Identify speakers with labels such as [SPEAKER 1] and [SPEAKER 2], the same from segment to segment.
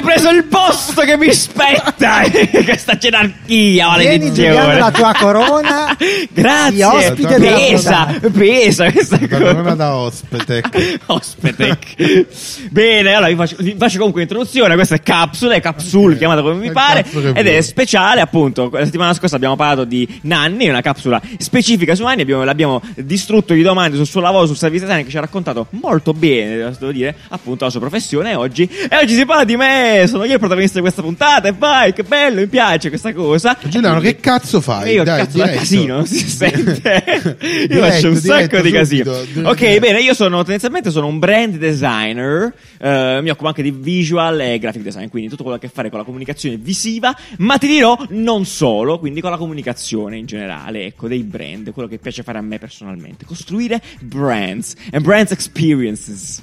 [SPEAKER 1] preso il posto che mi spetta in questa gerarchia
[SPEAKER 2] Tieni
[SPEAKER 1] maledizione.
[SPEAKER 2] Giuliano la tua corona. Gli
[SPEAKER 1] Grazie.
[SPEAKER 2] ospiti della
[SPEAKER 1] pesa, pesa questa
[SPEAKER 3] La
[SPEAKER 1] cosa.
[SPEAKER 3] corona da ospite.
[SPEAKER 1] Ospite. Bene, allora vi faccio, vi faccio comunque introduzione. Questa è Capsule, è Capsule,
[SPEAKER 3] Ok.
[SPEAKER 1] chiamata come vi
[SPEAKER 3] Che
[SPEAKER 1] pare.
[SPEAKER 3] cazzo che
[SPEAKER 1] Ed è
[SPEAKER 3] vuoi?
[SPEAKER 1] speciale, appunto. La settimana scorsa abbiamo parlato di Nanni, una capsula specifica su Nanni. abbiamo- l'abbiamo distrutto di domande sul suo lavoro, sul servizio italiano, che ci ha raccontato molto bene, devo dire, appunto, la sua professione. E oggi, e oggi si parla di me. Sono io il protagonista di questa puntata. E vai, che bello, mi piace questa cosa.
[SPEAKER 3] Giuliano, che cazzo fai?
[SPEAKER 1] Io
[SPEAKER 3] Dai,
[SPEAKER 1] cazzo da
[SPEAKER 3] diretto.
[SPEAKER 1] casino, non si sente. Io
[SPEAKER 3] Diretto,
[SPEAKER 1] faccio un sacco
[SPEAKER 3] diretto,
[SPEAKER 1] di
[SPEAKER 3] subito,
[SPEAKER 1] casino.
[SPEAKER 3] diretto.
[SPEAKER 1] Ok, bene, io sono tendenzialmente sono un brand designer, eh, mi occupo anche di visual e graphic design, quindi tutto quello che ha a che fare con la comunicazione visiva, ma ti dirò non solo, quindi con la comunicazione in generale, ecco, dei brand, quello che piace fare a me personalmente, costruire brands and brands experiences.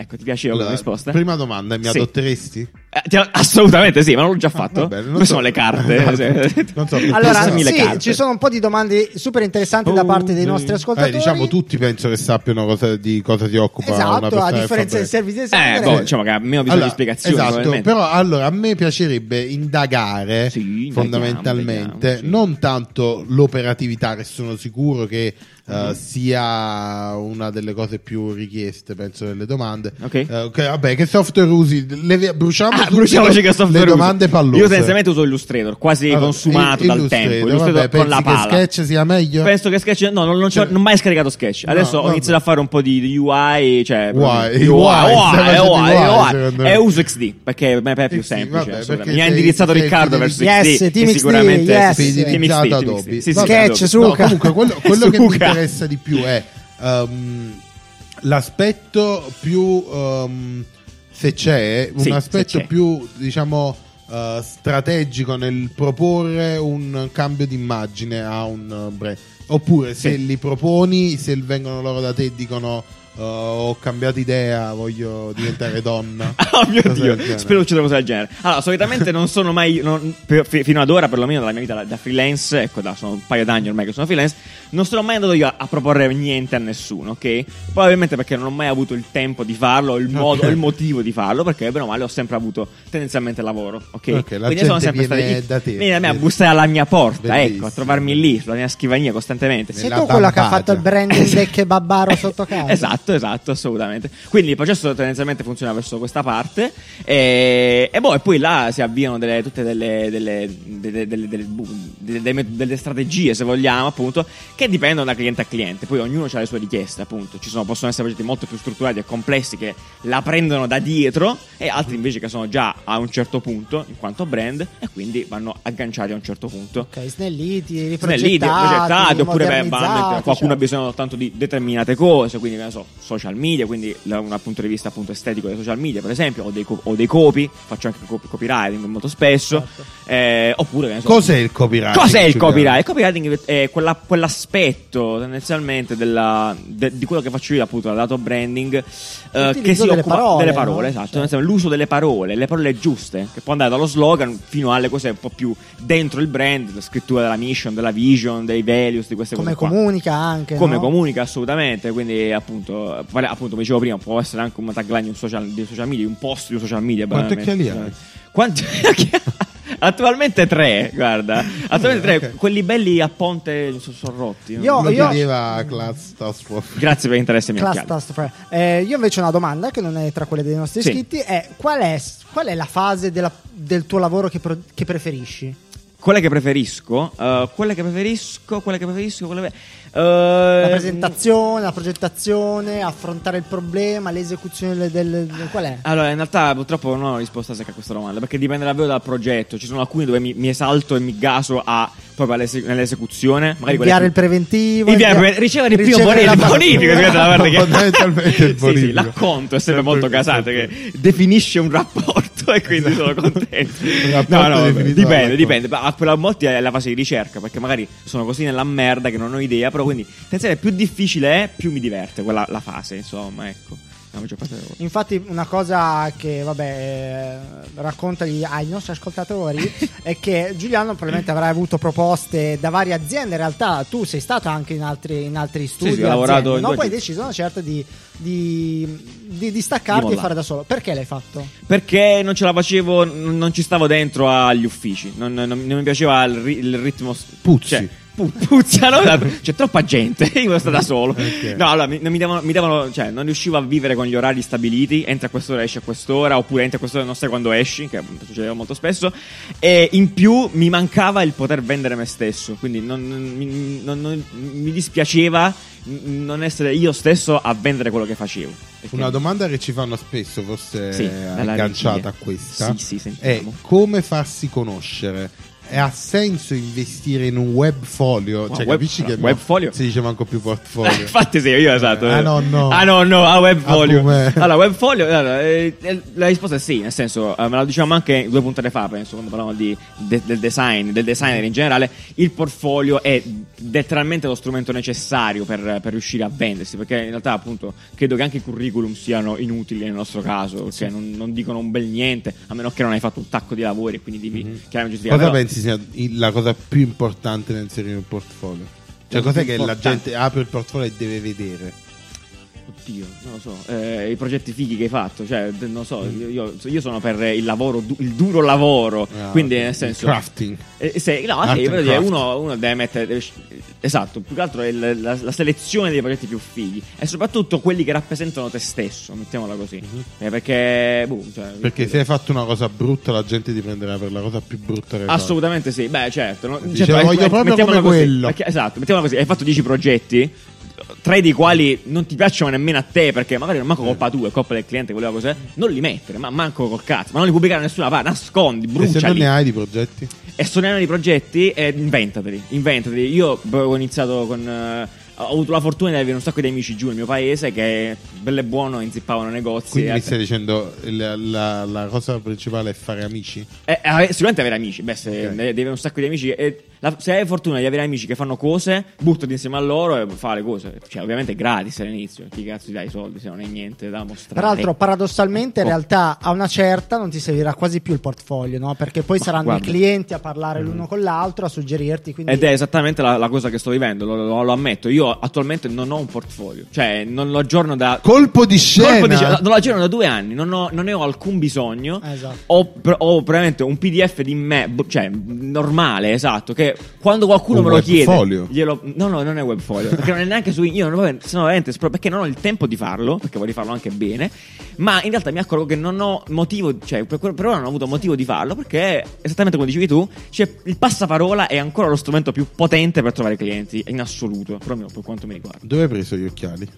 [SPEAKER 1] Ecco, ti piaceva
[SPEAKER 3] Allora,
[SPEAKER 1] come risposta?
[SPEAKER 3] Prima domanda, mi
[SPEAKER 1] Sì.
[SPEAKER 3] adotteresti?
[SPEAKER 1] Eh, ti- assolutamente sì, ma non l'ho già fatto.
[SPEAKER 3] Ah, vabbè, non
[SPEAKER 1] Dove
[SPEAKER 3] so.
[SPEAKER 1] sono le carte?
[SPEAKER 3] Non so.
[SPEAKER 2] Allora,
[SPEAKER 1] Passami le
[SPEAKER 2] sì,
[SPEAKER 1] carte.
[SPEAKER 2] ci sono un po' di domande super interessanti da parte dei nostri ascoltatori.
[SPEAKER 3] Eh, diciamo tutti penso che sappiano cosa- di cosa ti occupa una
[SPEAKER 2] Esatto,
[SPEAKER 3] persona
[SPEAKER 2] a
[SPEAKER 3] che
[SPEAKER 2] differenza
[SPEAKER 3] fa
[SPEAKER 2] del
[SPEAKER 3] brand.
[SPEAKER 2] servizio
[SPEAKER 1] Eh,
[SPEAKER 2] esame.
[SPEAKER 1] boh, diciamo che abbiamo bisogno di
[SPEAKER 3] Allora,
[SPEAKER 1] spiegazioni.
[SPEAKER 3] Esatto,
[SPEAKER 1] probabilmente.
[SPEAKER 3] però allora a me piacerebbe indagare
[SPEAKER 1] Sì, indaghiamo,
[SPEAKER 3] fondamentalmente
[SPEAKER 1] vediamo, sì.
[SPEAKER 3] non tanto l'operatività che sono sicuro che eh,
[SPEAKER 1] Mm-hmm.
[SPEAKER 3] sia una delle cose più richieste, penso delle domande.
[SPEAKER 1] Ok.
[SPEAKER 3] Eh, che- vabbè, che software usi? Le- bruciamo
[SPEAKER 1] Ah,
[SPEAKER 3] subito
[SPEAKER 1] bruciamoci che software
[SPEAKER 3] le
[SPEAKER 1] uso.
[SPEAKER 3] domande pallose.
[SPEAKER 1] Io tendenzialmente uso Illustrator, quasi
[SPEAKER 3] Allora,
[SPEAKER 1] consumato
[SPEAKER 3] il-
[SPEAKER 1] dal
[SPEAKER 3] Illustrator,
[SPEAKER 1] tempo. Illustrator
[SPEAKER 3] vabbè,
[SPEAKER 1] con la
[SPEAKER 3] pensi che
[SPEAKER 1] pala.
[SPEAKER 3] Sketch sia meglio?
[SPEAKER 1] Penso che Sketch. No, non, non, c'ho-
[SPEAKER 3] Cioè-
[SPEAKER 1] non ho mai scaricato Sketch. Adesso
[SPEAKER 3] No,
[SPEAKER 1] ho iniziato a fare un po' di UI. Cioè,
[SPEAKER 3] UI,
[SPEAKER 1] UI, UI,
[SPEAKER 3] stai facendo
[SPEAKER 1] UI,
[SPEAKER 3] UI, secondo me.
[SPEAKER 1] E uso XD perché per me è più
[SPEAKER 3] XD,
[SPEAKER 1] semplice.
[SPEAKER 3] vabbè,
[SPEAKER 1] assolutamente.
[SPEAKER 3] perché
[SPEAKER 1] Mi ha
[SPEAKER 3] sei-
[SPEAKER 1] indirizzato
[SPEAKER 3] sei
[SPEAKER 1] Riccardo verso XD.
[SPEAKER 3] fidelizzato-
[SPEAKER 2] Yes,
[SPEAKER 1] che
[SPEAKER 2] Team XD,
[SPEAKER 1] sicuramente
[SPEAKER 2] yes.
[SPEAKER 1] Team XD,
[SPEAKER 3] Fidelizzato
[SPEAKER 1] Team
[SPEAKER 3] Adobe.
[SPEAKER 1] XD. Sì, sì,
[SPEAKER 3] Vabbè.
[SPEAKER 1] Adobe.
[SPEAKER 2] Sketch, Suca.
[SPEAKER 3] No, comunque, quello, quello che mi
[SPEAKER 1] Suca.
[SPEAKER 3] interessa di più è ehm, l'aspetto più. ehm, se c'è, un
[SPEAKER 1] Sì, se
[SPEAKER 3] aspetto
[SPEAKER 1] c'è.
[SPEAKER 3] più, diciamo. eh, strategico nel proporre un cambio di immagine a un eh, brand oppure se
[SPEAKER 1] Sì.
[SPEAKER 3] li proponi se vengono loro da te e dicono eh, ho cambiato idea voglio diventare donna
[SPEAKER 1] Oh mio
[SPEAKER 3] Cose del
[SPEAKER 1] dio,
[SPEAKER 3] genere.
[SPEAKER 1] spero uccida cose del genere. Allora, solitamente non sono mai, non- per- fi- fino ad ora perlomeno della mia vita da, da freelance, ecco, da, sono un paio d'anni ormai che sono freelance, non sono mai andato io a, a proporre niente a nessuno, ok? Probabilmente perché non ho mai avuto il tempo di farlo, il modo,
[SPEAKER 3] Ok.
[SPEAKER 1] il motivo di farlo, perché bene o male ho sempre avuto tendenzialmente lavoro, ok?
[SPEAKER 3] Ok, la
[SPEAKER 1] Quindi sono
[SPEAKER 3] gente
[SPEAKER 1] sempre stati
[SPEAKER 3] viene
[SPEAKER 1] lì,
[SPEAKER 3] da te.
[SPEAKER 1] vieni da me a bussare alla mia porta, ecco,
[SPEAKER 3] Bellissimo.
[SPEAKER 1] a trovarmi lì, sulla mia scrivania costantemente.
[SPEAKER 2] Sei
[SPEAKER 3] Nella
[SPEAKER 2] tu quello che ha
[SPEAKER 3] bambata.
[SPEAKER 2] fatto il branding del kebabbaro sotto casa.
[SPEAKER 1] Esatto, esatto, assolutamente. Quindi il processo tendenzialmente funziona verso questa parte e, e boh, e poi là si avviano delle, tutte delle, delle, delle, delle- delle- delle- delle- delle strategie, se vogliamo, appunto, che dipendono da cliente a cliente. Poi ognuno ha le sue richieste, appunto. Ci sono, possono essere progetti molto più strutturati e complessi che la prendono da dietro e altri invece che sono già a un certo punto in quanto brand e quindi vanno agganciati a un certo punto.
[SPEAKER 2] Ok, snelliti, riprogettati,
[SPEAKER 1] Snelliti, progettati, oppure beh, banalmente,
[SPEAKER 2] modernizzati,
[SPEAKER 1] qualcuno ha
[SPEAKER 2] cioè.
[SPEAKER 1] bisogno soltanto di determinate cose, quindi che ne so, social media, quindi da un punto di vista appunto estetico dei social media, per esempio, o dei, co- o dei copy, faccio anche copy- copywriting molto spesso,
[SPEAKER 2] Certo.
[SPEAKER 1] eh, oppure che ne so,
[SPEAKER 3] cos'è il copyright
[SPEAKER 1] Cos'è il
[SPEAKER 3] Giuliano?
[SPEAKER 1] copyright? Il copywriting è quella- quell'aspetto tendenzialmente della- de- di quello che faccio io, appunto, dal lato branding, eh,
[SPEAKER 2] L'utilizzo
[SPEAKER 1] che si
[SPEAKER 2] delle
[SPEAKER 1] occupa
[SPEAKER 2] parole,
[SPEAKER 1] delle parole,
[SPEAKER 2] no?
[SPEAKER 1] esatto,
[SPEAKER 2] Cioè.
[SPEAKER 1] tendenzialmente l'uso delle parole, le parole giuste, che può andare dallo slogan fino alle cose un po' più dentro il brand, la scrittura della mission, della vision, dei values, di queste
[SPEAKER 2] come
[SPEAKER 1] cose. qua
[SPEAKER 2] comunica anche.
[SPEAKER 1] come
[SPEAKER 2] no?
[SPEAKER 1] comunica assolutamente quindi appunto, pare- appunto come dicevo prima può essere anche una tagline di un social, di un social media un post di un social media
[SPEAKER 3] Quante
[SPEAKER 1] banalmente.
[SPEAKER 3] occhiali hai?
[SPEAKER 1] Quanti- attualmente tre guarda attualmente tre quelli belli a ponte so- sono rotti no?
[SPEAKER 2] Io-
[SPEAKER 3] Lo
[SPEAKER 2] io-
[SPEAKER 3] chiedeva Klaus Tasworth.
[SPEAKER 1] grazie per l'interesse mio
[SPEAKER 2] Class
[SPEAKER 1] occhiali
[SPEAKER 2] task force. Eh, io invece ho una domanda che non è tra quelle dei nostri
[SPEAKER 1] Sì.
[SPEAKER 2] iscritti, è qual è, qual è la fase della- del tuo lavoro che, pro- che preferisci?
[SPEAKER 1] quella che preferisco eh, quella che preferisco quella che preferisco quella che...
[SPEAKER 2] La
[SPEAKER 1] eh,
[SPEAKER 2] presentazione, la progettazione, affrontare il problema, l'esecuzione del... del- qual è?
[SPEAKER 1] Allora, in realtà purtroppo non ho una risposta secca a questa domanda, perché dipende davvero dal progetto. Ci sono alcuni dove mi, mi esalto e mi gaso a, proprio all'ese- nell'esecuzione. Magari quelle
[SPEAKER 2] Inviare il
[SPEAKER 1] più-
[SPEAKER 2] preventivo,
[SPEAKER 1] Inviare il
[SPEAKER 2] invia-
[SPEAKER 1] pre- ricevere il primo
[SPEAKER 2] ricevere
[SPEAKER 1] bonifico.
[SPEAKER 2] la
[SPEAKER 1] bonifico,
[SPEAKER 2] fattura.
[SPEAKER 1] questa è la parte che-
[SPEAKER 3] Fondamentalmente il
[SPEAKER 1] Sì, Sì,
[SPEAKER 3] bonifico. Certo,
[SPEAKER 1] l'acconto è sempre
[SPEAKER 3] Sempre
[SPEAKER 1] molto
[SPEAKER 3] il-
[SPEAKER 1] casato, che definisce un rapporto e quindi sono contento.
[SPEAKER 3] Esatto. Un
[SPEAKER 1] No,
[SPEAKER 3] rapporto
[SPEAKER 1] no, vabbè,
[SPEAKER 3] definito ecco.
[SPEAKER 1] dipende,
[SPEAKER 3] dall'acconto.
[SPEAKER 1] dipende. Ma a quella- a molti è la fase di ricerca, perché magari sono così nella merda che non ho idea, però quindi, attenzione, più difficile è, più mi diverte quella la fase, insomma, ecco. È la maggior parte delle volte.
[SPEAKER 2] Infatti, una cosa che vabbè, eh, racconta agli- ai nostri ascoltatori è che Giuliano probabilmente avrà avuto proposte da varie aziende. In realtà, tu sei stato anche in altri, in altri studi,
[SPEAKER 1] sì, ho lavorato
[SPEAKER 2] aziende,
[SPEAKER 1] in
[SPEAKER 2] no?
[SPEAKER 1] due
[SPEAKER 2] poi hai
[SPEAKER 1] aziende.
[SPEAKER 2] deciso, una certa, di, di, di, di
[SPEAKER 1] Di
[SPEAKER 2] staccarti e
[SPEAKER 1] mollare.
[SPEAKER 2] fare da solo. Perché l'hai fatto?
[SPEAKER 1] Perché non ce la facevo, n- non ci stavo dentro agli uffici. Non, non- non mi piaceva il, ri- il ritmo. s-
[SPEAKER 3] Puzzi.
[SPEAKER 1] Cioè, pu- puzzano, c'è troppa gente. Io volevo stare da solo.
[SPEAKER 3] Ok.
[SPEAKER 1] No, allora mi, non, mi davano, mi davano- cioè, non riuscivo a vivere con gli orari stabiliti. Entri a quest'ora, esci a quest'ora. Oppure entri a quest'ora, non sai quando esci, che succedeva molto spesso. E in più mi mancava il poter vendere me stesso. Quindi non- non- mi, non- non- mi dispiaceva n- non essere io stesso a vendere quello che facevo. Perché-
[SPEAKER 3] Una domanda che ci fanno spesso, forse
[SPEAKER 1] Sì, dalla
[SPEAKER 3] eh, agganciata
[SPEAKER 1] regia.
[SPEAKER 3] a questa, Eh,
[SPEAKER 1] Sì, sì,
[SPEAKER 3] è
[SPEAKER 1] sentiamo.
[SPEAKER 3] come farsi conoscere. E ha senso investire in un webfolio?
[SPEAKER 1] Wow,
[SPEAKER 3] cioè,
[SPEAKER 1] web-
[SPEAKER 3] capisci che no,
[SPEAKER 1] webfolio?
[SPEAKER 3] si dice manco più
[SPEAKER 1] Eh,
[SPEAKER 3] portfolio.
[SPEAKER 1] Infatti sì, io esatto.
[SPEAKER 3] Ah, no, no.
[SPEAKER 1] Ah no, no, a
[SPEAKER 3] Ah,
[SPEAKER 1] webfolio.
[SPEAKER 3] com'è?
[SPEAKER 1] allora, webfolio, allora, eh, eh, la risposta è sì, nel senso, eh, me la dicevamo anche due puntate fa, penso, quando parlavamo di, de- del design, del designer in generale, il portfolio è letteralmente lo strumento necessario per, per riuscire a vendersi, perché in realtà appunto credo che anche i curriculum siano inutili nel nostro caso, perché non, non dicono un bel niente, a meno che non hai fatto un tacco di lavori e quindi devi chiaramente giustificare.
[SPEAKER 3] Mhm. Cosa
[SPEAKER 1] Però-
[SPEAKER 3] pensi sia il- la cosa più importante nel inserire un portfolio? Cioè,
[SPEAKER 1] La cosa
[SPEAKER 3] cos'è
[SPEAKER 1] più
[SPEAKER 3] che la
[SPEAKER 1] importante.
[SPEAKER 3] gente apre il portfolio e deve vedere?
[SPEAKER 1] Oddio, non lo so, eh, i progetti fighi che hai fatto, cioè, d- non lo so, io, io- io sono per il lavoro, du- il duro lavoro,
[SPEAKER 3] Mm. Ah,
[SPEAKER 1] quindi
[SPEAKER 3] ok.
[SPEAKER 1] nel senso...
[SPEAKER 3] Crafting.
[SPEAKER 1] Eh, se- no,
[SPEAKER 3] Art
[SPEAKER 1] sì,
[SPEAKER 3] and
[SPEAKER 1] voglio dire,
[SPEAKER 3] craft.
[SPEAKER 1] uno, uno deve mettere... deve sc- esatto, più che altro è il- la, la selezione dei progetti più fighi e soprattutto quelli che rappresentano te stesso, mettiamola così. Eh, perché... boh, cioè,
[SPEAKER 3] Perché se hai fatto una cosa brutta, la gente ti prenderà per la cosa più brutta che hai fatto.
[SPEAKER 1] Assolutamente sì, beh certo. no?
[SPEAKER 3] Dice,
[SPEAKER 1] Certo,
[SPEAKER 3] Esatto. "La
[SPEAKER 1] eh,
[SPEAKER 3] voglio
[SPEAKER 1] eh,
[SPEAKER 3] proprio
[SPEAKER 1] mettiamola
[SPEAKER 3] come
[SPEAKER 1] così,
[SPEAKER 3] quello".
[SPEAKER 1] perché- esatto, mettiamola così, hai fatto 10 progetti, tre dei quali non ti piacciono nemmeno a te perché magari non
[SPEAKER 3] Eh.
[SPEAKER 1] manco colpa tua, è colpa del cliente, voleva cos'è, non li mettere, ma manco col cazzo, ma non li pubblicare da nessuna parte, nascondi,
[SPEAKER 3] E se non
[SPEAKER 1] bruciali.
[SPEAKER 3] ne hai di progetti?
[SPEAKER 1] E sono i progetti, eh, inventateli, inventateli. Io beh, ho iniziato con... eh, ho avuto la fortuna di avere un sacco di amici giù nel mio paese che bello e buono inzippavano negozi.
[SPEAKER 3] Quindi
[SPEAKER 1] e
[SPEAKER 3] mi
[SPEAKER 1] altre-
[SPEAKER 3] stai dicendo la, la- la cosa principale è fare amici?
[SPEAKER 1] Eh, eh, sicuramente avere amici, beh, se
[SPEAKER 3] Ok.
[SPEAKER 1] ne- devi avere un sacco di amici. E la- se hai fortuna di avere amici che fanno cose, buttati insieme a loro e fa le cose. Cioè, ovviamente è gratis all'inizio. Chi cazzo ti dai i soldi se non è niente da mostrare?
[SPEAKER 2] Peraltro, paradossalmente, in
[SPEAKER 1] Oh.
[SPEAKER 2] realtà a una certa non ti servirà quasi più il portfolio, no? Perché poi
[SPEAKER 1] Ma
[SPEAKER 2] saranno
[SPEAKER 1] guarda. Mm.
[SPEAKER 2] i clienti a parlare l'uno con l'altro, a suggerirti. Quindi
[SPEAKER 1] Ed è esattamente la, la cosa che sto vivendo, lo, lo- lo ammetto. Io attualmente non ho un portfolio, cioè non lo aggiorno da.
[SPEAKER 3] Colpo di scena!
[SPEAKER 1] Colpo di scena, non lo aggiorno da due anni, non, ho- non ne ho alcun bisogno.
[SPEAKER 2] Eh, esatto.
[SPEAKER 1] Ho, pr- ho veramente un PDF di me, bo- cioè normale, esatto. Che quando qualcuno
[SPEAKER 3] Un
[SPEAKER 1] me lo
[SPEAKER 3] webfolio.
[SPEAKER 1] chiede, glielo- no, no, non è webfolio perché non è neanche su. Io non, vabbè, sono veramente spro- perché non ho il tempo di farlo, perché vorrei farlo anche bene. Ma in realtà mi accorgo che non ho motivo, cioè per, per ora non ho avuto motivo di farlo perché esattamente come dicevi tu, cioè, il passaparola è ancora lo strumento più potente per trovare clienti in assoluto, proprio per quanto mi riguarda.
[SPEAKER 3] Dove hai preso gli occhiali?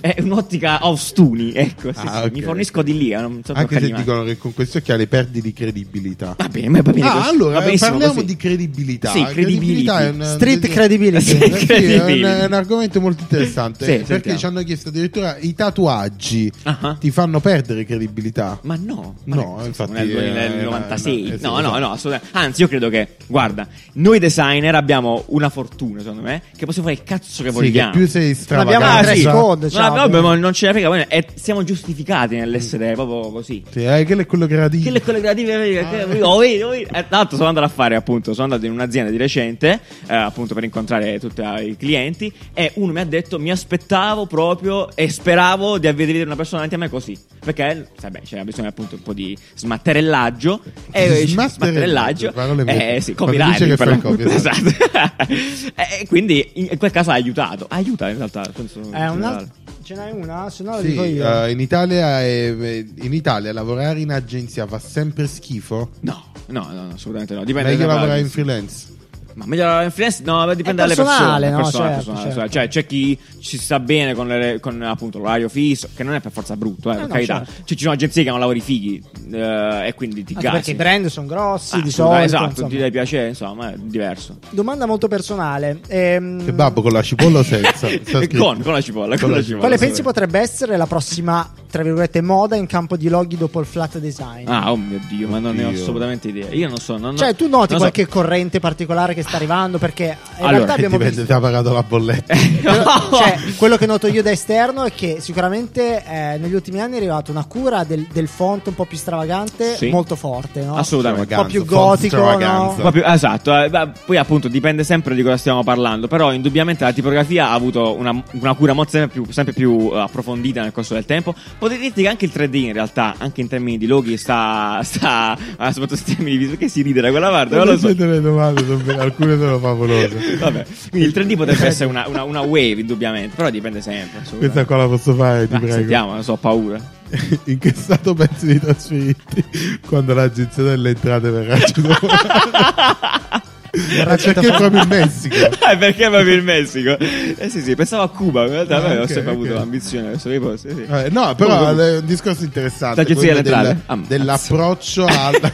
[SPEAKER 1] È un'ottica off stuni, ecco. sì,
[SPEAKER 3] Ah,
[SPEAKER 1] sì,
[SPEAKER 3] ok.
[SPEAKER 1] Mi fornisco di lì. eh, Non so
[SPEAKER 3] Anche
[SPEAKER 1] toccargli
[SPEAKER 3] se
[SPEAKER 1] mai.
[SPEAKER 3] dicono che con questi occhiali perdi di credibilità.
[SPEAKER 1] Va bene, ma va bene.
[SPEAKER 3] Ah,
[SPEAKER 1] così,
[SPEAKER 3] allora
[SPEAKER 1] va benissimo
[SPEAKER 3] parliamo
[SPEAKER 1] così.
[SPEAKER 3] di credibilità.
[SPEAKER 1] Sì, credibilità.
[SPEAKER 3] è un-
[SPEAKER 2] street
[SPEAKER 3] del-
[SPEAKER 2] credibility.
[SPEAKER 1] Sì.
[SPEAKER 3] Eh sì, è, un,
[SPEAKER 1] Credibility.
[SPEAKER 3] è un argomento molto interessante
[SPEAKER 1] Sì,
[SPEAKER 3] perché
[SPEAKER 1] sentiamo.
[SPEAKER 3] ci hanno chiesto addirittura i tatuaggi
[SPEAKER 1] Ah.
[SPEAKER 3] ti fanno perdere credibilità.
[SPEAKER 1] Ma no, ma
[SPEAKER 3] No,
[SPEAKER 1] ragazzi,
[SPEAKER 3] infatti,
[SPEAKER 1] Nel
[SPEAKER 3] eh,
[SPEAKER 1] 96,
[SPEAKER 3] eh, sì,
[SPEAKER 1] no, no,
[SPEAKER 3] esatto.
[SPEAKER 1] no, assolutamente. Anzi, io credo che, guarda, noi designer abbiamo una fortuna, secondo me, che possiamo fare il cazzo che
[SPEAKER 3] Sì, che
[SPEAKER 1] vogliamo.
[SPEAKER 3] più sei
[SPEAKER 2] abbiamo
[SPEAKER 1] Ah,
[SPEAKER 3] stravagante,
[SPEAKER 2] tre
[SPEAKER 1] sì.
[SPEAKER 2] code,
[SPEAKER 1] Non
[SPEAKER 2] cioè,
[SPEAKER 1] abbiamo-
[SPEAKER 2] abbiamo-
[SPEAKER 1] ma non ce ne frega, poi- e siamo giustificati
[SPEAKER 3] Mm.
[SPEAKER 1] nell'essere proprio così.
[SPEAKER 3] sì, eh, quello è quello che era di-
[SPEAKER 1] Che le collaborative
[SPEAKER 3] Ah.
[SPEAKER 1] Eh, Tra l'altro sono andato a fare appunto Sono andato in un'azienda di recente eh, Appunto per incontrare tutti i clienti E uno mi ha detto Mi aspettavo proprio E speravo di avere di vedere una persona davanti a me così Perché sai beh, c'era bisogno appunto un po' di smatterellaggio e,
[SPEAKER 3] Smatterellaggio,
[SPEAKER 1] Smatterellaggio
[SPEAKER 3] parole mie.
[SPEAKER 1] Eh sì
[SPEAKER 3] Quando
[SPEAKER 1] copyright
[SPEAKER 3] dice che
[SPEAKER 1] per
[SPEAKER 3] fa il
[SPEAKER 1] l'appunto,
[SPEAKER 3] copyright.
[SPEAKER 1] Esatto E quindi in in quel caso ha aiutato Aiuta in realtà penso, in
[SPEAKER 2] È una...
[SPEAKER 1] generale.
[SPEAKER 2] Eh, Ce n'hai una? Se no la
[SPEAKER 3] Sì,
[SPEAKER 2] dico io.
[SPEAKER 3] eh, in, Italia è- eh, in Italia lavorare in agenzia fa sempre schifo.
[SPEAKER 1] No No, no, no, assolutamente no. Dipende dai
[SPEAKER 3] Meglio lavorare
[SPEAKER 1] browser.
[SPEAKER 3] in freelance.
[SPEAKER 1] Ma meglio la influenza? No, beh, dipende
[SPEAKER 2] È
[SPEAKER 1] dalle
[SPEAKER 2] personale,
[SPEAKER 1] persone.
[SPEAKER 2] no?
[SPEAKER 1] persona,
[SPEAKER 2] Certo,
[SPEAKER 1] persona,
[SPEAKER 2] certo.
[SPEAKER 1] persona. Cioè, c'è chi ci sta bene con, le- con, appunto l'orario fisso, che non è per forza brutto, eh,
[SPEAKER 2] Eh,
[SPEAKER 1] per
[SPEAKER 2] no,
[SPEAKER 1] carità.
[SPEAKER 2] certo.
[SPEAKER 1] Cioè, ci sono agenzie che hanno lavori fighi eh, e quindi ti
[SPEAKER 2] Anche perché
[SPEAKER 1] gasi.
[SPEAKER 2] i brand sono grossi,
[SPEAKER 1] Ah,
[SPEAKER 2] di solito.
[SPEAKER 1] assolutamente, Esatto, ti
[SPEAKER 2] insomma.
[SPEAKER 1] dai piacere, insomma, è diverso.
[SPEAKER 2] Domanda molto personale. Ehm,
[SPEAKER 3] Che babbo con la cipolla o senza? Sta
[SPEAKER 1] E
[SPEAKER 3] scritto.
[SPEAKER 1] con, con la cipolla. Con la cipolla
[SPEAKER 2] Quale
[SPEAKER 1] sì.
[SPEAKER 2] pensi potrebbe essere la prossima tra virgolette, moda in campo di loghi dopo il flat design.
[SPEAKER 1] Ah, oh mio Dio, ma non ne ho
[SPEAKER 3] Oddio.
[SPEAKER 1] assolutamente idea. Io non so. Non,
[SPEAKER 2] Eh. Cioè, tu
[SPEAKER 1] non
[SPEAKER 2] noti
[SPEAKER 1] so.
[SPEAKER 2] qualche corrente particolare che sta arrivando? Perché eh, in
[SPEAKER 1] Allora,
[SPEAKER 2] realtà
[SPEAKER 3] E
[SPEAKER 2] abbiamo
[SPEAKER 3] dipende
[SPEAKER 2] visto.
[SPEAKER 3] se ha pagato la bolletta.
[SPEAKER 1] Eh, No!
[SPEAKER 2] Cioè, quello che noto io da esterno è che sicuramente eh, negli ultimi anni è arrivata una cura del, del font un po' più stravagante,
[SPEAKER 1] Sì.
[SPEAKER 2] molto forte, no?
[SPEAKER 1] Assolutamente.
[SPEAKER 2] Un po' più
[SPEAKER 3] Extravaganza,
[SPEAKER 2] gotico,
[SPEAKER 3] extravaganza.
[SPEAKER 2] no?
[SPEAKER 1] Proprio- esatto, eh, ma poi appunto dipende sempre di cosa stiamo parlando, però indubbiamente la tipografia ha avuto una, una cura molto sempre più, sempre più, eh, approfondita nel corso del tempo. Potete dirti che anche il 3D in realtà, anche in termini di loghi, sta, sta ah, soprattutto in termini di perché si ride da quella parte, non lo so.
[SPEAKER 3] le domande, sono be- alcune sono favolose.
[SPEAKER 1] Vabbè, quindi il 3D potrebbe essere una, una- una wave, indubbiamente, però dipende sempre. assolutamente.
[SPEAKER 3] Questa qua la posso fare, ti
[SPEAKER 1] Ah,
[SPEAKER 3] prego.
[SPEAKER 1] sentiamo, non so, ho paura.
[SPEAKER 3] In che stato pensi di trasferirti quando l'agenzia delle entrate verrà Ma perché è proprio in Messico?
[SPEAKER 1] Eh, perché proprio il Messico? Eh sì, sì, pensavo a Cuba, in realtà
[SPEAKER 3] Ah,
[SPEAKER 1] vabbè, ho
[SPEAKER 3] ok,
[SPEAKER 1] sempre avuto
[SPEAKER 3] ok.
[SPEAKER 1] l'ambizione verso quei posti. Sì.
[SPEAKER 3] Eh, no, però
[SPEAKER 1] Comunque-
[SPEAKER 3] è un discorso interessante.
[SPEAKER 1] L'agenzia
[SPEAKER 3] quello
[SPEAKER 1] delle
[SPEAKER 3] del-
[SPEAKER 1] entrate? Ah, Ammazza.
[SPEAKER 3] dell'approccio alla...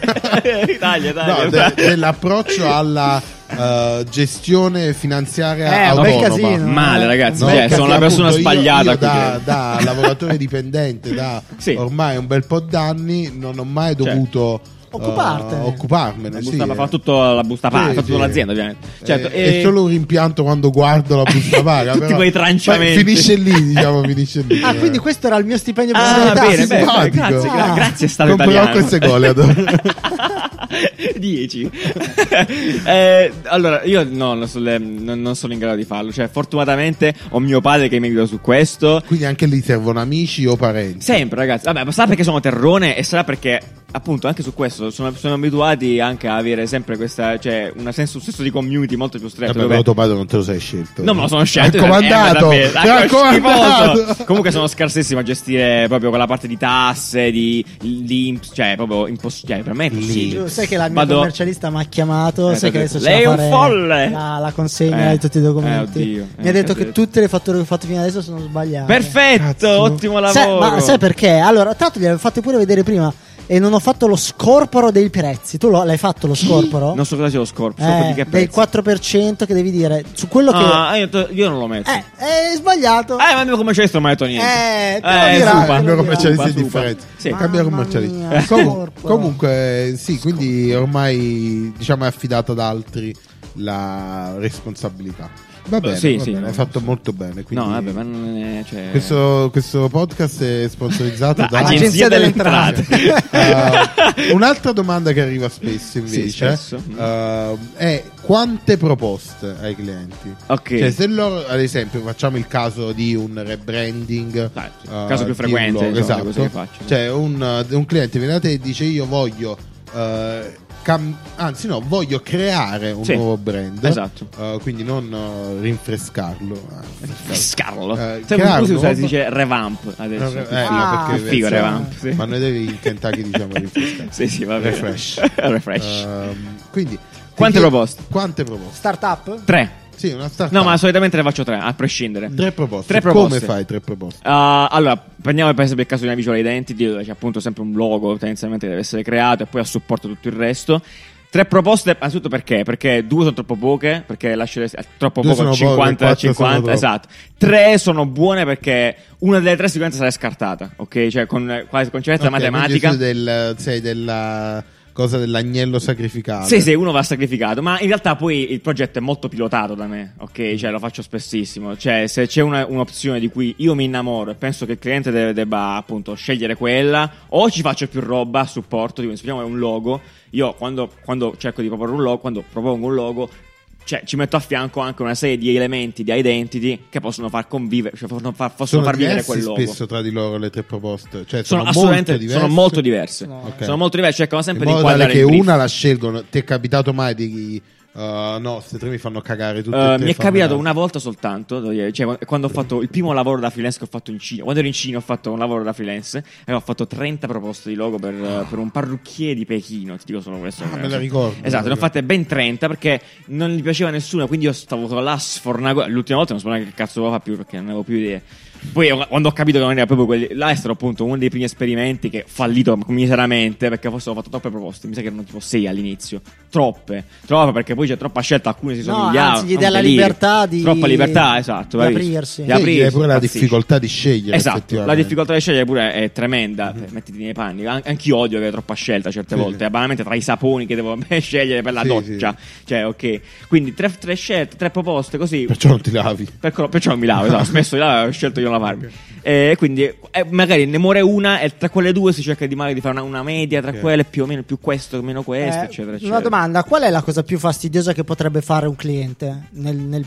[SPEAKER 1] Italia, Italia.
[SPEAKER 3] No, de- dell'approccio alla eh, gestione finanziaria
[SPEAKER 2] Eh, un bel
[SPEAKER 3] autonoma.
[SPEAKER 2] casino.
[SPEAKER 1] Male,
[SPEAKER 2] eh.
[SPEAKER 1] ragazzi.
[SPEAKER 3] No,
[SPEAKER 1] cioè,
[SPEAKER 3] perché
[SPEAKER 1] sono la persona
[SPEAKER 3] appunto io-
[SPEAKER 1] sbagliata.
[SPEAKER 3] io
[SPEAKER 1] qui
[SPEAKER 3] da,
[SPEAKER 1] che-
[SPEAKER 3] da lavoratore dipendente da
[SPEAKER 1] Sì.
[SPEAKER 3] ormai un bel po' d'anni non ho mai
[SPEAKER 1] Cioè,
[SPEAKER 3] dovuto
[SPEAKER 2] occupartene.
[SPEAKER 3] eh, occuparmene.
[SPEAKER 1] La
[SPEAKER 3] sì,
[SPEAKER 1] busta,
[SPEAKER 3] eh.
[SPEAKER 1] fa tutto la busta paga,
[SPEAKER 3] Sì,
[SPEAKER 1] fa
[SPEAKER 3] sì.
[SPEAKER 1] tutta l'azienda, ovviamente. Certo,
[SPEAKER 3] Eh,
[SPEAKER 1] e-
[SPEAKER 3] È solo un rimpianto quando guardo la busta paga.
[SPEAKER 1] Tutti
[SPEAKER 3] però-
[SPEAKER 1] quei tranciamenti.
[SPEAKER 3] Ma Finisce lì, diciamo, finisce lì.
[SPEAKER 2] Ah,
[SPEAKER 3] eh.
[SPEAKER 2] quindi questo era il mio stipendio per
[SPEAKER 1] Ah,
[SPEAKER 2] Natale.
[SPEAKER 1] bene,
[SPEAKER 3] sì,
[SPEAKER 1] beh,
[SPEAKER 3] simpatico.
[SPEAKER 1] grazie, gra-
[SPEAKER 2] Ah.
[SPEAKER 1] grazie, è stato
[SPEAKER 3] Comprerò
[SPEAKER 1] italiano.
[SPEAKER 3] queste Goliath.
[SPEAKER 1] 10 Eh, allora io no, non, so le- non- non sono in grado di farlo cioè fortunatamente ho mio padre che mi aiuta su questo
[SPEAKER 3] Quindi anche lì servono amici o parenti.
[SPEAKER 1] sempre ragazzi vabbè ma sarà perché sono terrone e sarà perché appunto anche su questo sono, sono abituati anche a avere sempre questa cioè un senso, un senso di community molto più stretto
[SPEAKER 3] Vabbè,
[SPEAKER 1] dove-
[SPEAKER 3] però tuo padre non te lo sei scelto.
[SPEAKER 1] Non me lo sono scelto.
[SPEAKER 3] Raccomandato.
[SPEAKER 1] eh, vabbè, dai,
[SPEAKER 3] raccomandato.
[SPEAKER 1] schifoso. Comunque sono scarsissimo a gestire proprio quella parte di tasse, di l'imps, cioè proprio impossibile. Cioè, per me è impossibile.
[SPEAKER 2] Giù, sai che la mia
[SPEAKER 1] Vado-
[SPEAKER 2] commercialista mi ha chiamato,
[SPEAKER 1] Eh,
[SPEAKER 2] sai che
[SPEAKER 1] t'ho
[SPEAKER 2] adesso
[SPEAKER 1] detto,
[SPEAKER 2] c'è
[SPEAKER 1] lei è
[SPEAKER 2] da
[SPEAKER 1] un
[SPEAKER 2] fare
[SPEAKER 1] folle!
[SPEAKER 2] La, la consegna
[SPEAKER 1] Eh,
[SPEAKER 2] di tutti i documenti.
[SPEAKER 1] eh, oddio,
[SPEAKER 2] mi
[SPEAKER 1] eh,
[SPEAKER 2] ha detto che
[SPEAKER 1] capito.
[SPEAKER 2] tutte le fatture che ho fatto fino adesso sono sbagliate.
[SPEAKER 1] Perfetto,
[SPEAKER 3] Cazzo.
[SPEAKER 1] ottimo
[SPEAKER 2] Sai-
[SPEAKER 1] lavoro.
[SPEAKER 2] ma sai perché? Allora, tanto gliel'avevo fatte pure vedere prima e non ho fatto lo scorporo dei prezzi. Tu lo- l'hai fatto lo scorporo?
[SPEAKER 1] Non so cosa c'è lo scorpo. so di
[SPEAKER 2] eh,
[SPEAKER 1] che
[SPEAKER 2] del
[SPEAKER 1] prezzo.
[SPEAKER 2] 4% che devi dire su quello che
[SPEAKER 1] Ah, io, to- io non lo metto.
[SPEAKER 2] eh, è sbagliato.
[SPEAKER 1] Ah, ma il mio commercialista non mi ha detto niente.
[SPEAKER 2] Eh, te lo dirà,
[SPEAKER 1] supa.
[SPEAKER 2] te
[SPEAKER 3] il mio
[SPEAKER 2] Allora,
[SPEAKER 3] commercialista è
[SPEAKER 1] Supa, supa.
[SPEAKER 3] differente.
[SPEAKER 1] Sì.
[SPEAKER 2] Ma-
[SPEAKER 3] Cambia
[SPEAKER 2] Mamma
[SPEAKER 3] commercialista.
[SPEAKER 2] mia,
[SPEAKER 3] Comu-
[SPEAKER 2] corpo.
[SPEAKER 3] comunque, eh, sì, quindi ormai diciamo è affidata ad altri la responsabilità. Va bene,
[SPEAKER 1] sì,
[SPEAKER 3] va
[SPEAKER 1] sì,
[SPEAKER 3] bene,
[SPEAKER 1] no.
[SPEAKER 3] hai fatto molto bene. Quindi
[SPEAKER 1] No, vabbè, ma non è. Cioè...
[SPEAKER 3] questo, questo podcast è sponsorizzato
[SPEAKER 1] Da-
[SPEAKER 3] da
[SPEAKER 1] agenzia,
[SPEAKER 2] Agenzia
[SPEAKER 1] delle
[SPEAKER 2] delle
[SPEAKER 1] entrate.
[SPEAKER 3] Eh, un'altra domanda che arriva spesso invece
[SPEAKER 1] Sì, spesso.
[SPEAKER 3] eh, è quante proposte ai clienti?
[SPEAKER 1] Ok.
[SPEAKER 3] Cioè, se loro, ad esempio, facciamo il caso di un rebranding,
[SPEAKER 1] Dai, sì,
[SPEAKER 3] eh,
[SPEAKER 1] caso più
[SPEAKER 3] di
[SPEAKER 1] frequente,
[SPEAKER 3] un logo,
[SPEAKER 1] insomma, le
[SPEAKER 3] esatto.
[SPEAKER 1] cose che faccio.
[SPEAKER 3] Cioè, un, un cliente viene da te e dice: Io voglio. eh, cam- anzi, no, voglio creare un
[SPEAKER 1] Sì,
[SPEAKER 3] nuovo brand.
[SPEAKER 1] esatto.
[SPEAKER 3] Eh, quindi non eh, rinfrescarlo. eh,
[SPEAKER 1] Scarlo.
[SPEAKER 3] Eh,
[SPEAKER 1] Sai,
[SPEAKER 3] chiaro,
[SPEAKER 1] così usa-
[SPEAKER 3] no?
[SPEAKER 1] si dice revamp adesso.
[SPEAKER 3] Eh,
[SPEAKER 1] Che
[SPEAKER 3] eh,
[SPEAKER 1] figo.
[SPEAKER 2] no,
[SPEAKER 1] Che
[SPEAKER 2] perché-
[SPEAKER 1] figo,
[SPEAKER 2] sì.
[SPEAKER 1] revamp. Ah, Sì.
[SPEAKER 3] Ma noi devi in Kentucky diciamo rinfrescare.
[SPEAKER 1] Sì, sì, va bene.
[SPEAKER 3] Refresh.
[SPEAKER 1] Refresh.
[SPEAKER 3] Ehm, quindi
[SPEAKER 1] Quante
[SPEAKER 3] ti chiedo-
[SPEAKER 1] proposte?
[SPEAKER 3] Quante proposte?
[SPEAKER 2] Startup?
[SPEAKER 1] Tre.
[SPEAKER 3] Sì, una startup.
[SPEAKER 1] No, ma solitamente ne faccio tre, a prescindere.
[SPEAKER 3] tre proposte.
[SPEAKER 1] Tre proposte.
[SPEAKER 3] Come fai tre proposte?
[SPEAKER 1] Ah, allora, prendiamo per esempio il caso di una visual identity, dove c'è appunto sempre un logo tendenzialmente che deve essere creato e poi a supporto tutto il resto. Tre proposte, anzitutto perché? Perché due sono troppo poche, perché lasciare è troppo
[SPEAKER 3] Due
[SPEAKER 1] poco,
[SPEAKER 3] sono poche,
[SPEAKER 1] 50
[SPEAKER 3] quattro sono
[SPEAKER 1] 50,
[SPEAKER 3] troppe.
[SPEAKER 1] esatto. Tre sono buone perché una delle tre sicuramente sarà scartata, ok? Cioè con eh, quasi con certezza
[SPEAKER 3] Ok,
[SPEAKER 1] matematica.
[SPEAKER 3] quindi tu Del, sei della cosa dell'agnello sacrificato.
[SPEAKER 1] Sì, sì, uno va sacrificato, ma in realtà poi il progetto è molto pilotato da me, ok?
[SPEAKER 3] Mm.
[SPEAKER 1] Cioè lo faccio spessissimo, cioè se c'è una- un'opzione di cui io mi innamoro e penso che il cliente deve- debba appunto scegliere quella, o ci faccio più roba a supporto, tipo, supponiamo è un logo, io quando, quando cerco di proporre un logo, quando propongo un logo, cioè, ci metto a fianco anche una serie di elementi, di identity che possono far convivere, cioè possono far, possono
[SPEAKER 3] Sono
[SPEAKER 1] far vivere
[SPEAKER 3] diversi
[SPEAKER 1] quel logo.
[SPEAKER 3] spesso tra di loro le tre proposte.
[SPEAKER 1] Sono,
[SPEAKER 3] Cioè, sono,
[SPEAKER 1] assolutamente
[SPEAKER 3] molto diverse.
[SPEAKER 1] sono molto diverse.
[SPEAKER 2] No.
[SPEAKER 3] Ok.
[SPEAKER 1] Sono molto diverse, cercano sempre
[SPEAKER 3] In
[SPEAKER 1] di
[SPEAKER 3] modo tale
[SPEAKER 1] inquadrare
[SPEAKER 3] che
[SPEAKER 1] il brief.
[SPEAKER 3] una la scelgono. Ti è capitato mai di. uh, no, queste tre mi fanno cagare tutte e
[SPEAKER 1] Eh,
[SPEAKER 3] tre,
[SPEAKER 1] mi è
[SPEAKER 3] fammela.
[SPEAKER 1] capitato una volta soltanto, devo dire, cioè, quando ho fatto il primo lavoro da freelance che ho fatto in Cina, quando ero in Cina ho fatto un lavoro da freelance e ho fatto 30 proposte di logo per, eh, per un parrucchiere di Pechino, ti dico solo questo.
[SPEAKER 3] Ah,
[SPEAKER 1] eh,
[SPEAKER 3] me la
[SPEAKER 1] cioè.
[SPEAKER 3] ricordo.
[SPEAKER 1] Esatto, ne ho fatte ben 30 perché non gli piaceva nessuno, quindi io stavo là a sfornare. L'ultima volta non so neanche che cazzo dovevo fare più perché non avevo più idee. Poi io, quando ho capito che non era proprio quelli, là è stato appunto uno dei primi esperimenti che ho fallito miseramente perché forse ho fatto troppe proposte. Mi sa che erano tipo sei all'inizio. Troppe, troppe perché poi c'è troppa scelta, alcune si
[SPEAKER 2] No,
[SPEAKER 1] somigliavano.
[SPEAKER 2] anzi, gli
[SPEAKER 1] non
[SPEAKER 2] dà la
[SPEAKER 1] delirio.
[SPEAKER 2] libertà di-
[SPEAKER 1] Troppa libertà, esatto.
[SPEAKER 2] di
[SPEAKER 1] hai visto?
[SPEAKER 2] aprirsi.
[SPEAKER 1] Di
[SPEAKER 2] Sì,
[SPEAKER 3] Sì,
[SPEAKER 1] aprirsi,
[SPEAKER 3] è pure la
[SPEAKER 1] pazzesci.
[SPEAKER 3] difficoltà di scegliere.
[SPEAKER 1] Esatto, la
[SPEAKER 3] effettivamente.
[SPEAKER 1] difficoltà di scegliere pure è tremenda,
[SPEAKER 2] Mhm.
[SPEAKER 1] eh, mettiti nei panni. An- anch'io odio avere troppa scelta certe
[SPEAKER 3] Sì,
[SPEAKER 1] volte, eh,
[SPEAKER 3] sì.
[SPEAKER 1] banalmente tra i saponi che devo scegliere per la
[SPEAKER 3] Sì,
[SPEAKER 1] doccia. Cioè, ok. Quindi tre, tre scelte, tre proposte così.
[SPEAKER 3] Perciò non ti lavi.
[SPEAKER 1] Per cro- perciò non mi lavo, esatto, ho smesso di lavare, ho scelto di non lavarmi. E quindi eh, magari ne muore una e tra quelle due si cerca di magari di fare una, una media tra
[SPEAKER 3] Ok.
[SPEAKER 1] quelle più o meno più questo, meno questo,
[SPEAKER 2] Eh,
[SPEAKER 1] eccetera, eccetera.
[SPEAKER 2] Una domanda: qual è la cosa più fastidiosa che potrebbe fare un cliente nel, nel-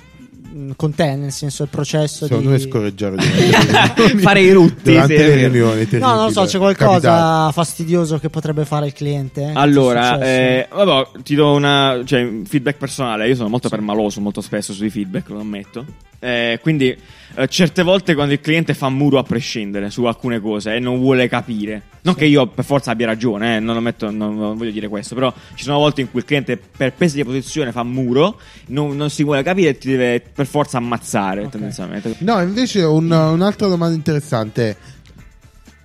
[SPEAKER 2] mh, con te, nel senso il processo
[SPEAKER 3] Secondo
[SPEAKER 2] di
[SPEAKER 3] me Cioè, scorreggiare durante le riunioni.
[SPEAKER 1] Fare i rutti, sì,
[SPEAKER 3] durante
[SPEAKER 1] è
[SPEAKER 3] le
[SPEAKER 1] vero.
[SPEAKER 3] riunioni.
[SPEAKER 2] No, non lo so,
[SPEAKER 3] terribile.
[SPEAKER 2] c'è qualcosa
[SPEAKER 3] Capitato.
[SPEAKER 2] fastidioso che potrebbe fare il cliente? Che è
[SPEAKER 1] Allora,
[SPEAKER 2] successo?
[SPEAKER 1] eh, vabbè, ti do una, cioè, un feedback personale. Io sono molto permaloso molto spesso sui feedback, lo ammetto. Eh, quindi, eh, certe volte quando il cliente fa muro a prescindere su alcune cose e non vuole capire, non che io per forza abbia ragione, eh, non, lo metto- non- non voglio dire questo, però ci sono volte in cui il cliente per peso di posizione fa muro, non, non si vuole capire e ti deve per forza ammazzare
[SPEAKER 2] Ok.
[SPEAKER 1] tendenzialmente.
[SPEAKER 3] No, invece un- un'altra domanda interessante è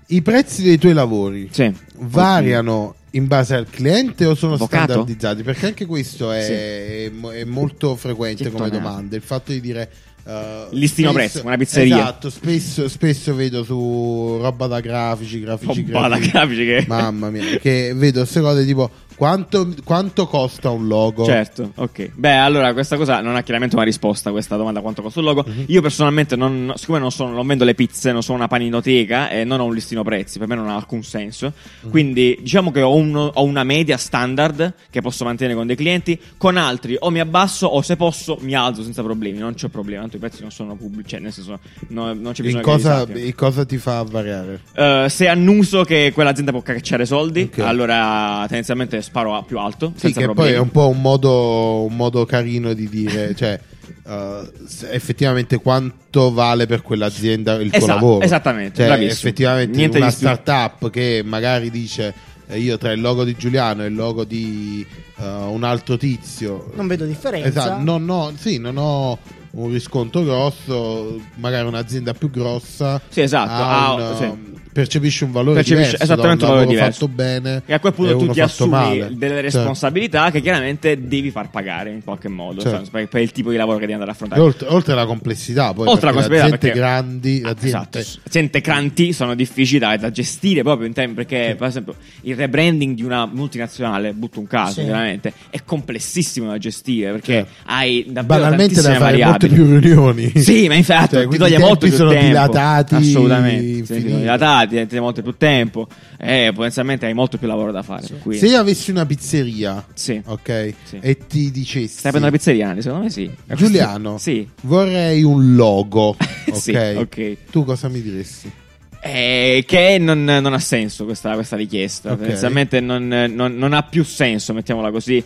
[SPEAKER 3] i prezzi dei tuoi lavori
[SPEAKER 1] Sì.
[SPEAKER 3] variano in base al cliente o sono
[SPEAKER 1] Avvocato?
[SPEAKER 3] standardizzati? Perché anche questo è,
[SPEAKER 1] Sì.
[SPEAKER 3] è mo- è molto frequente
[SPEAKER 1] Sì,
[SPEAKER 3] come
[SPEAKER 1] tornato.
[SPEAKER 3] domanda, il fatto di dire eh,
[SPEAKER 1] Listino
[SPEAKER 3] spesso-
[SPEAKER 1] prezzo, una pizzeria.
[SPEAKER 3] Esatto, spesso, spesso vedo su roba da grafici, grafici,
[SPEAKER 1] Roba da
[SPEAKER 3] grafici.
[SPEAKER 1] grafici che-
[SPEAKER 3] Mamma mia, che vedo queste cose tipo quanto, quanto costa un logo?
[SPEAKER 1] Certo, ok. Beh, allora questa cosa non ha chiaramente una risposta questa domanda quanto costa il logo.
[SPEAKER 3] Mhm.
[SPEAKER 1] Io personalmente non, siccome non sono non vendo le pizze, non sono una paninoteca e non ho un listino prezzi, per me non ha alcun senso.
[SPEAKER 3] Mhm.
[SPEAKER 1] Quindi diciamo che ho, uno- ho una media standard che posso mantenere con dei clienti, con altri o mi abbasso o se posso mi alzo senza problemi, non c'è problema, tanto i prezzi non sono pubblici, cioè nel senso no- non c'è bisogno
[SPEAKER 3] In
[SPEAKER 1] che li
[SPEAKER 3] cosa,
[SPEAKER 1] sappiano.
[SPEAKER 3] in cosa ti fa variare?
[SPEAKER 1] Eh, se annuso che quell'azienda può cacciare soldi,
[SPEAKER 3] Ok.
[SPEAKER 1] allora tendenzialmente sparo a più alto.
[SPEAKER 3] Sì,
[SPEAKER 1] senza
[SPEAKER 3] che
[SPEAKER 1] problemi.
[SPEAKER 3] poi è un po' un modo, un modo carino di dire, cioè, eh, se- effettivamente quanto vale per quell'azienda il tuo
[SPEAKER 1] Esatto,
[SPEAKER 3] lavoro.
[SPEAKER 1] esattamente,
[SPEAKER 3] Cioè,
[SPEAKER 1] bravissimo.
[SPEAKER 3] effettivamente
[SPEAKER 1] Niente
[SPEAKER 3] una
[SPEAKER 1] di più.
[SPEAKER 3] startup che magari dice eh, io tra il logo di Giuliano e il logo di eh, un altro tizio.
[SPEAKER 2] Non vedo differenza.
[SPEAKER 3] Esatto, non ho, sì, non ho un riscontro grosso, magari un'azienda più grossa.
[SPEAKER 1] Sì, esatto,
[SPEAKER 3] ha
[SPEAKER 1] ha-
[SPEAKER 3] un,
[SPEAKER 1] sì.
[SPEAKER 3] eh, Percepisce un valore
[SPEAKER 1] Percepisce
[SPEAKER 3] diverso da un
[SPEAKER 1] esattamente un valore
[SPEAKER 3] lavoro
[SPEAKER 1] diverso.
[SPEAKER 3] fatto bene
[SPEAKER 1] E a quel punto
[SPEAKER 3] e
[SPEAKER 1] tu
[SPEAKER 3] uno
[SPEAKER 1] ti
[SPEAKER 3] fatto
[SPEAKER 1] assumi
[SPEAKER 3] male.
[SPEAKER 1] delle
[SPEAKER 3] Cioè.
[SPEAKER 1] responsabilità che chiaramente devi far pagare in qualche modo
[SPEAKER 3] Certo.
[SPEAKER 1] insomma, per, per il tipo di lavoro che devi andare a
[SPEAKER 3] E
[SPEAKER 1] affrontare.
[SPEAKER 3] oltre, oltre alla complessità, poi
[SPEAKER 1] Oltre alla
[SPEAKER 3] perché le
[SPEAKER 1] complessità,
[SPEAKER 3] aziende
[SPEAKER 1] perché-
[SPEAKER 3] grandi, le
[SPEAKER 1] Ah,
[SPEAKER 3] aziende-
[SPEAKER 1] esatto, s- aziende cranti sono difficili da, da gestire proprio in tempo perché per esempio il rebranding di una multinazionale, butto un caso
[SPEAKER 2] Sì.
[SPEAKER 1] veramente, è complessissimo da gestire perché
[SPEAKER 3] Certo.
[SPEAKER 1] hai davvero
[SPEAKER 3] banalmente da
[SPEAKER 1] tantissime
[SPEAKER 3] fare molte
[SPEAKER 1] variabili.
[SPEAKER 3] più riunioni.
[SPEAKER 1] Sì, ma infatti
[SPEAKER 3] Cioè,
[SPEAKER 1] ti
[SPEAKER 3] quindi
[SPEAKER 1] toglie
[SPEAKER 3] i
[SPEAKER 1] molto
[SPEAKER 3] tempi
[SPEAKER 1] più
[SPEAKER 3] sono
[SPEAKER 1] tempo.
[SPEAKER 3] dilatati
[SPEAKER 1] Assolutamente, i tempi sono
[SPEAKER 3] infiniti.
[SPEAKER 1] dilatati, ti toglie molto più tempo e potenzialmente hai molto più lavoro da fare. per cui-
[SPEAKER 3] Se io avessi una pizzeria,
[SPEAKER 1] Sì.
[SPEAKER 3] ok,
[SPEAKER 1] Sì.
[SPEAKER 3] e ti dicessi,
[SPEAKER 1] Stai per una pizzeria, Anni? secondo me sì. È questo-
[SPEAKER 3] Eh, Giuliano,
[SPEAKER 1] Sì.
[SPEAKER 3] vorrei un logo, ok?
[SPEAKER 1] Sì, ok.
[SPEAKER 3] Tu cosa mi diresti?
[SPEAKER 1] Eh, che non, non ha senso questa, questa richiesta.
[SPEAKER 3] Ok.
[SPEAKER 1] Tendenzialmente non, non- non ha più senso, mettiamola così. eh,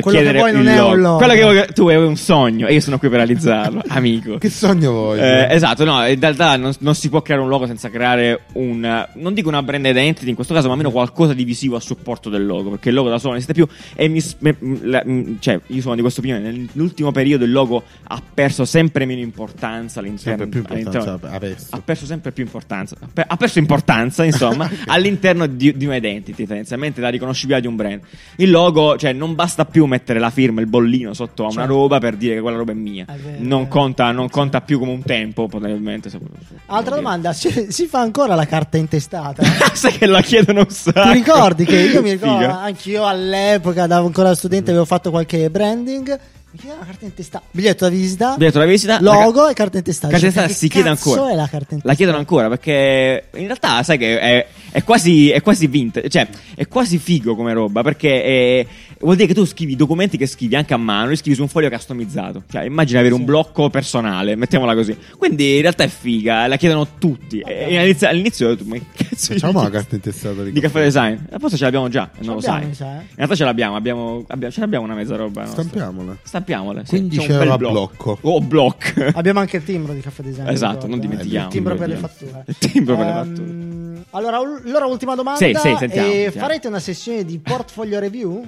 [SPEAKER 2] Quello
[SPEAKER 1] chiedere
[SPEAKER 2] che vuoi non
[SPEAKER 1] il
[SPEAKER 2] è un
[SPEAKER 1] logo.
[SPEAKER 2] logo.
[SPEAKER 1] Quello che vuoi- tu hai un sogno e io sono qui per realizzarlo, amico.
[SPEAKER 3] Che sogno voglio?
[SPEAKER 1] Eh, esatto, no, in realtà non, non si può creare un logo senza creare un, non dico una brand identity in questo caso, ma almeno qualcosa di visivo a supporto del logo, perché il logo da solo non esiste più e mi, s- me- m- la- m- cioè, io sono di questa opinione, nell'ultimo periodo il logo ha perso sempre meno importanza all'interno.
[SPEAKER 3] Sempre più importanza
[SPEAKER 1] all'interno-
[SPEAKER 3] ha perso.
[SPEAKER 1] Ha perso sempre più importanza, ha per- ha perso importanza, insomma, all'interno di, di un'identity, tendenzialmente la riconoscibilità di un brand. Il logo, cioè, non basta più mettere la firma, il bollino sotto a una
[SPEAKER 2] Certo.
[SPEAKER 1] roba per dire che quella roba è mia.
[SPEAKER 2] È vero, è
[SPEAKER 1] non
[SPEAKER 2] vero.
[SPEAKER 1] conta, non conta più come un tempo, probabilmente. se-
[SPEAKER 2] Altra
[SPEAKER 1] se-
[SPEAKER 2] domanda, si, si fa ancora la carta intestata? Ti
[SPEAKER 1] Sai che la chiedono un sacco.
[SPEAKER 2] ricordi che io mi ricordo,
[SPEAKER 1] Figa.
[SPEAKER 2] anch'io all'epoca, da ancora studente, avevo fatto qualche branding. Mi chiedeva la carta intestata, biglietto da visita,
[SPEAKER 1] Biglietto da visita,
[SPEAKER 2] logo
[SPEAKER 1] la ca-
[SPEAKER 2] e carta intestata.
[SPEAKER 1] Carta
[SPEAKER 2] Cioè,
[SPEAKER 1] intestata
[SPEAKER 2] che
[SPEAKER 1] si chiede
[SPEAKER 2] cazzo
[SPEAKER 1] ancora.
[SPEAKER 2] è la carta intestata?
[SPEAKER 1] La chiedono ancora perché in realtà sai che è, è quasi, è quasi vintage, cioè è quasi figo come roba perché è- vuol dire che tu scrivi i documenti che scrivi anche a mano, li scrivi su un foglio customizzato. Cioè immagina avere un blocco personale, mettiamola così. Quindi in realtà è figa, eh, la chiedono tutti. E all'inizio, all'inizio tu, ma che cazzo
[SPEAKER 3] Facciamo
[SPEAKER 1] dici?
[SPEAKER 3] la carta intestata di
[SPEAKER 1] di caffè design. Eh, Forse ce l'abbiamo già, non lo
[SPEAKER 2] l'abbiamo,
[SPEAKER 1] sai.
[SPEAKER 2] mi sa, eh.
[SPEAKER 1] In realtà ce l'abbiamo, abbiamo, abbiamo- ce l'abbiamo una mezza roba. nostra.
[SPEAKER 3] Stampiamola.
[SPEAKER 1] Stampiamola. Sì.
[SPEAKER 3] 15
[SPEAKER 1] C'è un
[SPEAKER 3] euro
[SPEAKER 1] bel
[SPEAKER 3] a
[SPEAKER 1] blocco.
[SPEAKER 3] blocco.
[SPEAKER 1] Oh, block.
[SPEAKER 2] Abbiamo anche il timbro di caffè design.
[SPEAKER 1] Esatto,
[SPEAKER 2] ricordo,
[SPEAKER 1] non
[SPEAKER 2] eh.
[SPEAKER 1] dimentichiamo.
[SPEAKER 2] Il timbro per le
[SPEAKER 1] Dobbiamo.
[SPEAKER 2] fatture.
[SPEAKER 1] Il timbro per le
[SPEAKER 2] Ehm,
[SPEAKER 1] fatture.
[SPEAKER 2] Allora, ul- allora ultima domanda.
[SPEAKER 1] Sì, sì, sentiamo,
[SPEAKER 2] Eh,
[SPEAKER 1] sentiamo.
[SPEAKER 2] farete una sessione di portfolio review?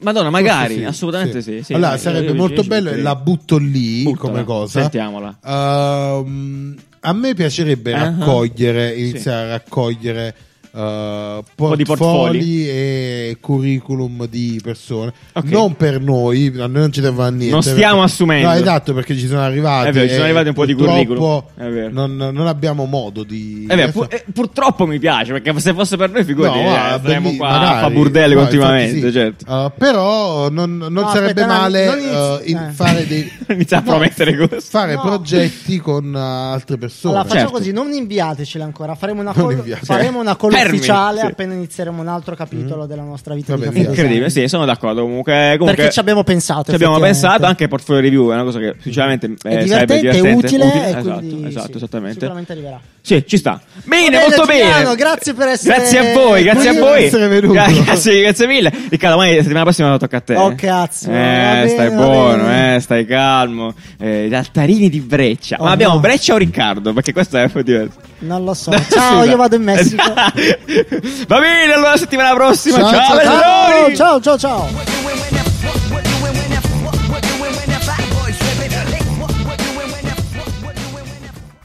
[SPEAKER 1] Madonna, magari,
[SPEAKER 3] Forse sì,
[SPEAKER 1] assolutamente sì. sì.
[SPEAKER 3] allora
[SPEAKER 1] Io-
[SPEAKER 3] sarebbe
[SPEAKER 1] io-
[SPEAKER 3] molto
[SPEAKER 1] io-
[SPEAKER 3] bello,
[SPEAKER 1] io-
[SPEAKER 3] e la butto lì
[SPEAKER 1] Buttala,
[SPEAKER 3] come cosa.
[SPEAKER 1] Sentiamola.
[SPEAKER 3] Ehm, a me piacerebbe
[SPEAKER 1] Ah.
[SPEAKER 3] raccogliere,
[SPEAKER 1] Sì.
[SPEAKER 3] iniziare a raccogliere eh,
[SPEAKER 1] po'
[SPEAKER 3] portfogli
[SPEAKER 1] di
[SPEAKER 3] e curriculum di persone.
[SPEAKER 1] Ok.
[SPEAKER 3] Non per noi, a noi non ci dava niente.
[SPEAKER 1] Non stiamo assumendo.
[SPEAKER 3] No, esatto, perché ci sono arrivati.
[SPEAKER 1] È vero, ci
[SPEAKER 3] e
[SPEAKER 1] sono arrivati un po' di
[SPEAKER 3] purtroppo
[SPEAKER 1] curriculum. È vero.
[SPEAKER 3] Non, non abbiamo modo di.
[SPEAKER 1] Eh beh, pu-
[SPEAKER 3] adesso-
[SPEAKER 1] eh, purtroppo mi piace, perché se fosse per noi, figurati,
[SPEAKER 3] No,
[SPEAKER 1] eh,
[SPEAKER 3] guarda,
[SPEAKER 1] saremmo
[SPEAKER 3] belli-
[SPEAKER 1] qua
[SPEAKER 3] magari.
[SPEAKER 1] a fa burdelle
[SPEAKER 3] No,
[SPEAKER 1] continuamente,
[SPEAKER 3] infatti sì.
[SPEAKER 1] certo.
[SPEAKER 3] Uh, però non, non
[SPEAKER 2] No,
[SPEAKER 3] sarebbe
[SPEAKER 2] aspetta, no,
[SPEAKER 3] male
[SPEAKER 2] non inizi-
[SPEAKER 3] uh, in-
[SPEAKER 2] eh.
[SPEAKER 3] fare dei
[SPEAKER 1] Inizia a
[SPEAKER 3] no,
[SPEAKER 1] promettere cose.
[SPEAKER 3] fare
[SPEAKER 2] No.
[SPEAKER 3] progetti con uh, altre persone.
[SPEAKER 2] Allora facciamo
[SPEAKER 1] Certo.
[SPEAKER 2] così, non inviatecela ancora, faremo una
[SPEAKER 3] Non
[SPEAKER 2] call,
[SPEAKER 3] inviate.
[SPEAKER 2] faremo una call
[SPEAKER 1] Fermi,
[SPEAKER 2] ufficiale
[SPEAKER 1] sì.
[SPEAKER 2] appena inizieremo un altro capitolo della nostra vita
[SPEAKER 3] Vabbè,
[SPEAKER 2] di caffè.
[SPEAKER 3] via.
[SPEAKER 1] Incredibile, sì, sono d'accordo. Comunque, comunque
[SPEAKER 2] Perché ci abbiamo pensato,
[SPEAKER 1] Ci abbiamo
[SPEAKER 2] effettivamente.
[SPEAKER 1] pensato anche il portfolio review, è una cosa che sinceramente eh,
[SPEAKER 2] È
[SPEAKER 1] sarebbe
[SPEAKER 2] divertente,
[SPEAKER 1] divertente,
[SPEAKER 2] è utile, e
[SPEAKER 1] Esatto,
[SPEAKER 2] quindi
[SPEAKER 1] esatto,
[SPEAKER 2] sì,
[SPEAKER 1] esattamente.
[SPEAKER 2] Sicuramente arriverà.
[SPEAKER 1] Sì, ci sta. Bene,
[SPEAKER 2] bene,
[SPEAKER 1] molto
[SPEAKER 2] Giuliano,
[SPEAKER 1] bene.
[SPEAKER 2] grazie per essere-
[SPEAKER 1] Grazie a voi, grazie a
[SPEAKER 2] Grazie
[SPEAKER 1] voi.
[SPEAKER 3] per essere venuto.
[SPEAKER 1] Gra- Grazie, grazie mille. Riccardo, domani settimana prossima tocca a te.
[SPEAKER 2] Oh, cazzo,
[SPEAKER 1] Eh,
[SPEAKER 2] va bene,
[SPEAKER 1] stai
[SPEAKER 2] va
[SPEAKER 1] buono,
[SPEAKER 2] bene.
[SPEAKER 1] eh, stai calmo. Eh, gli altarini di Breccia.
[SPEAKER 2] Oh,
[SPEAKER 1] Ma abbiamo
[SPEAKER 2] no.
[SPEAKER 1] Breccia o Riccardo? Perché questo è un po' diverso.
[SPEAKER 2] Non lo so. Ciao,
[SPEAKER 1] Scusa.
[SPEAKER 2] io vado in Messico.
[SPEAKER 1] Va bene, allora settimana prossima.
[SPEAKER 3] Ciao,
[SPEAKER 1] Ciao,
[SPEAKER 3] ciao,
[SPEAKER 1] ciao,
[SPEAKER 2] ciao, ciao, ciao.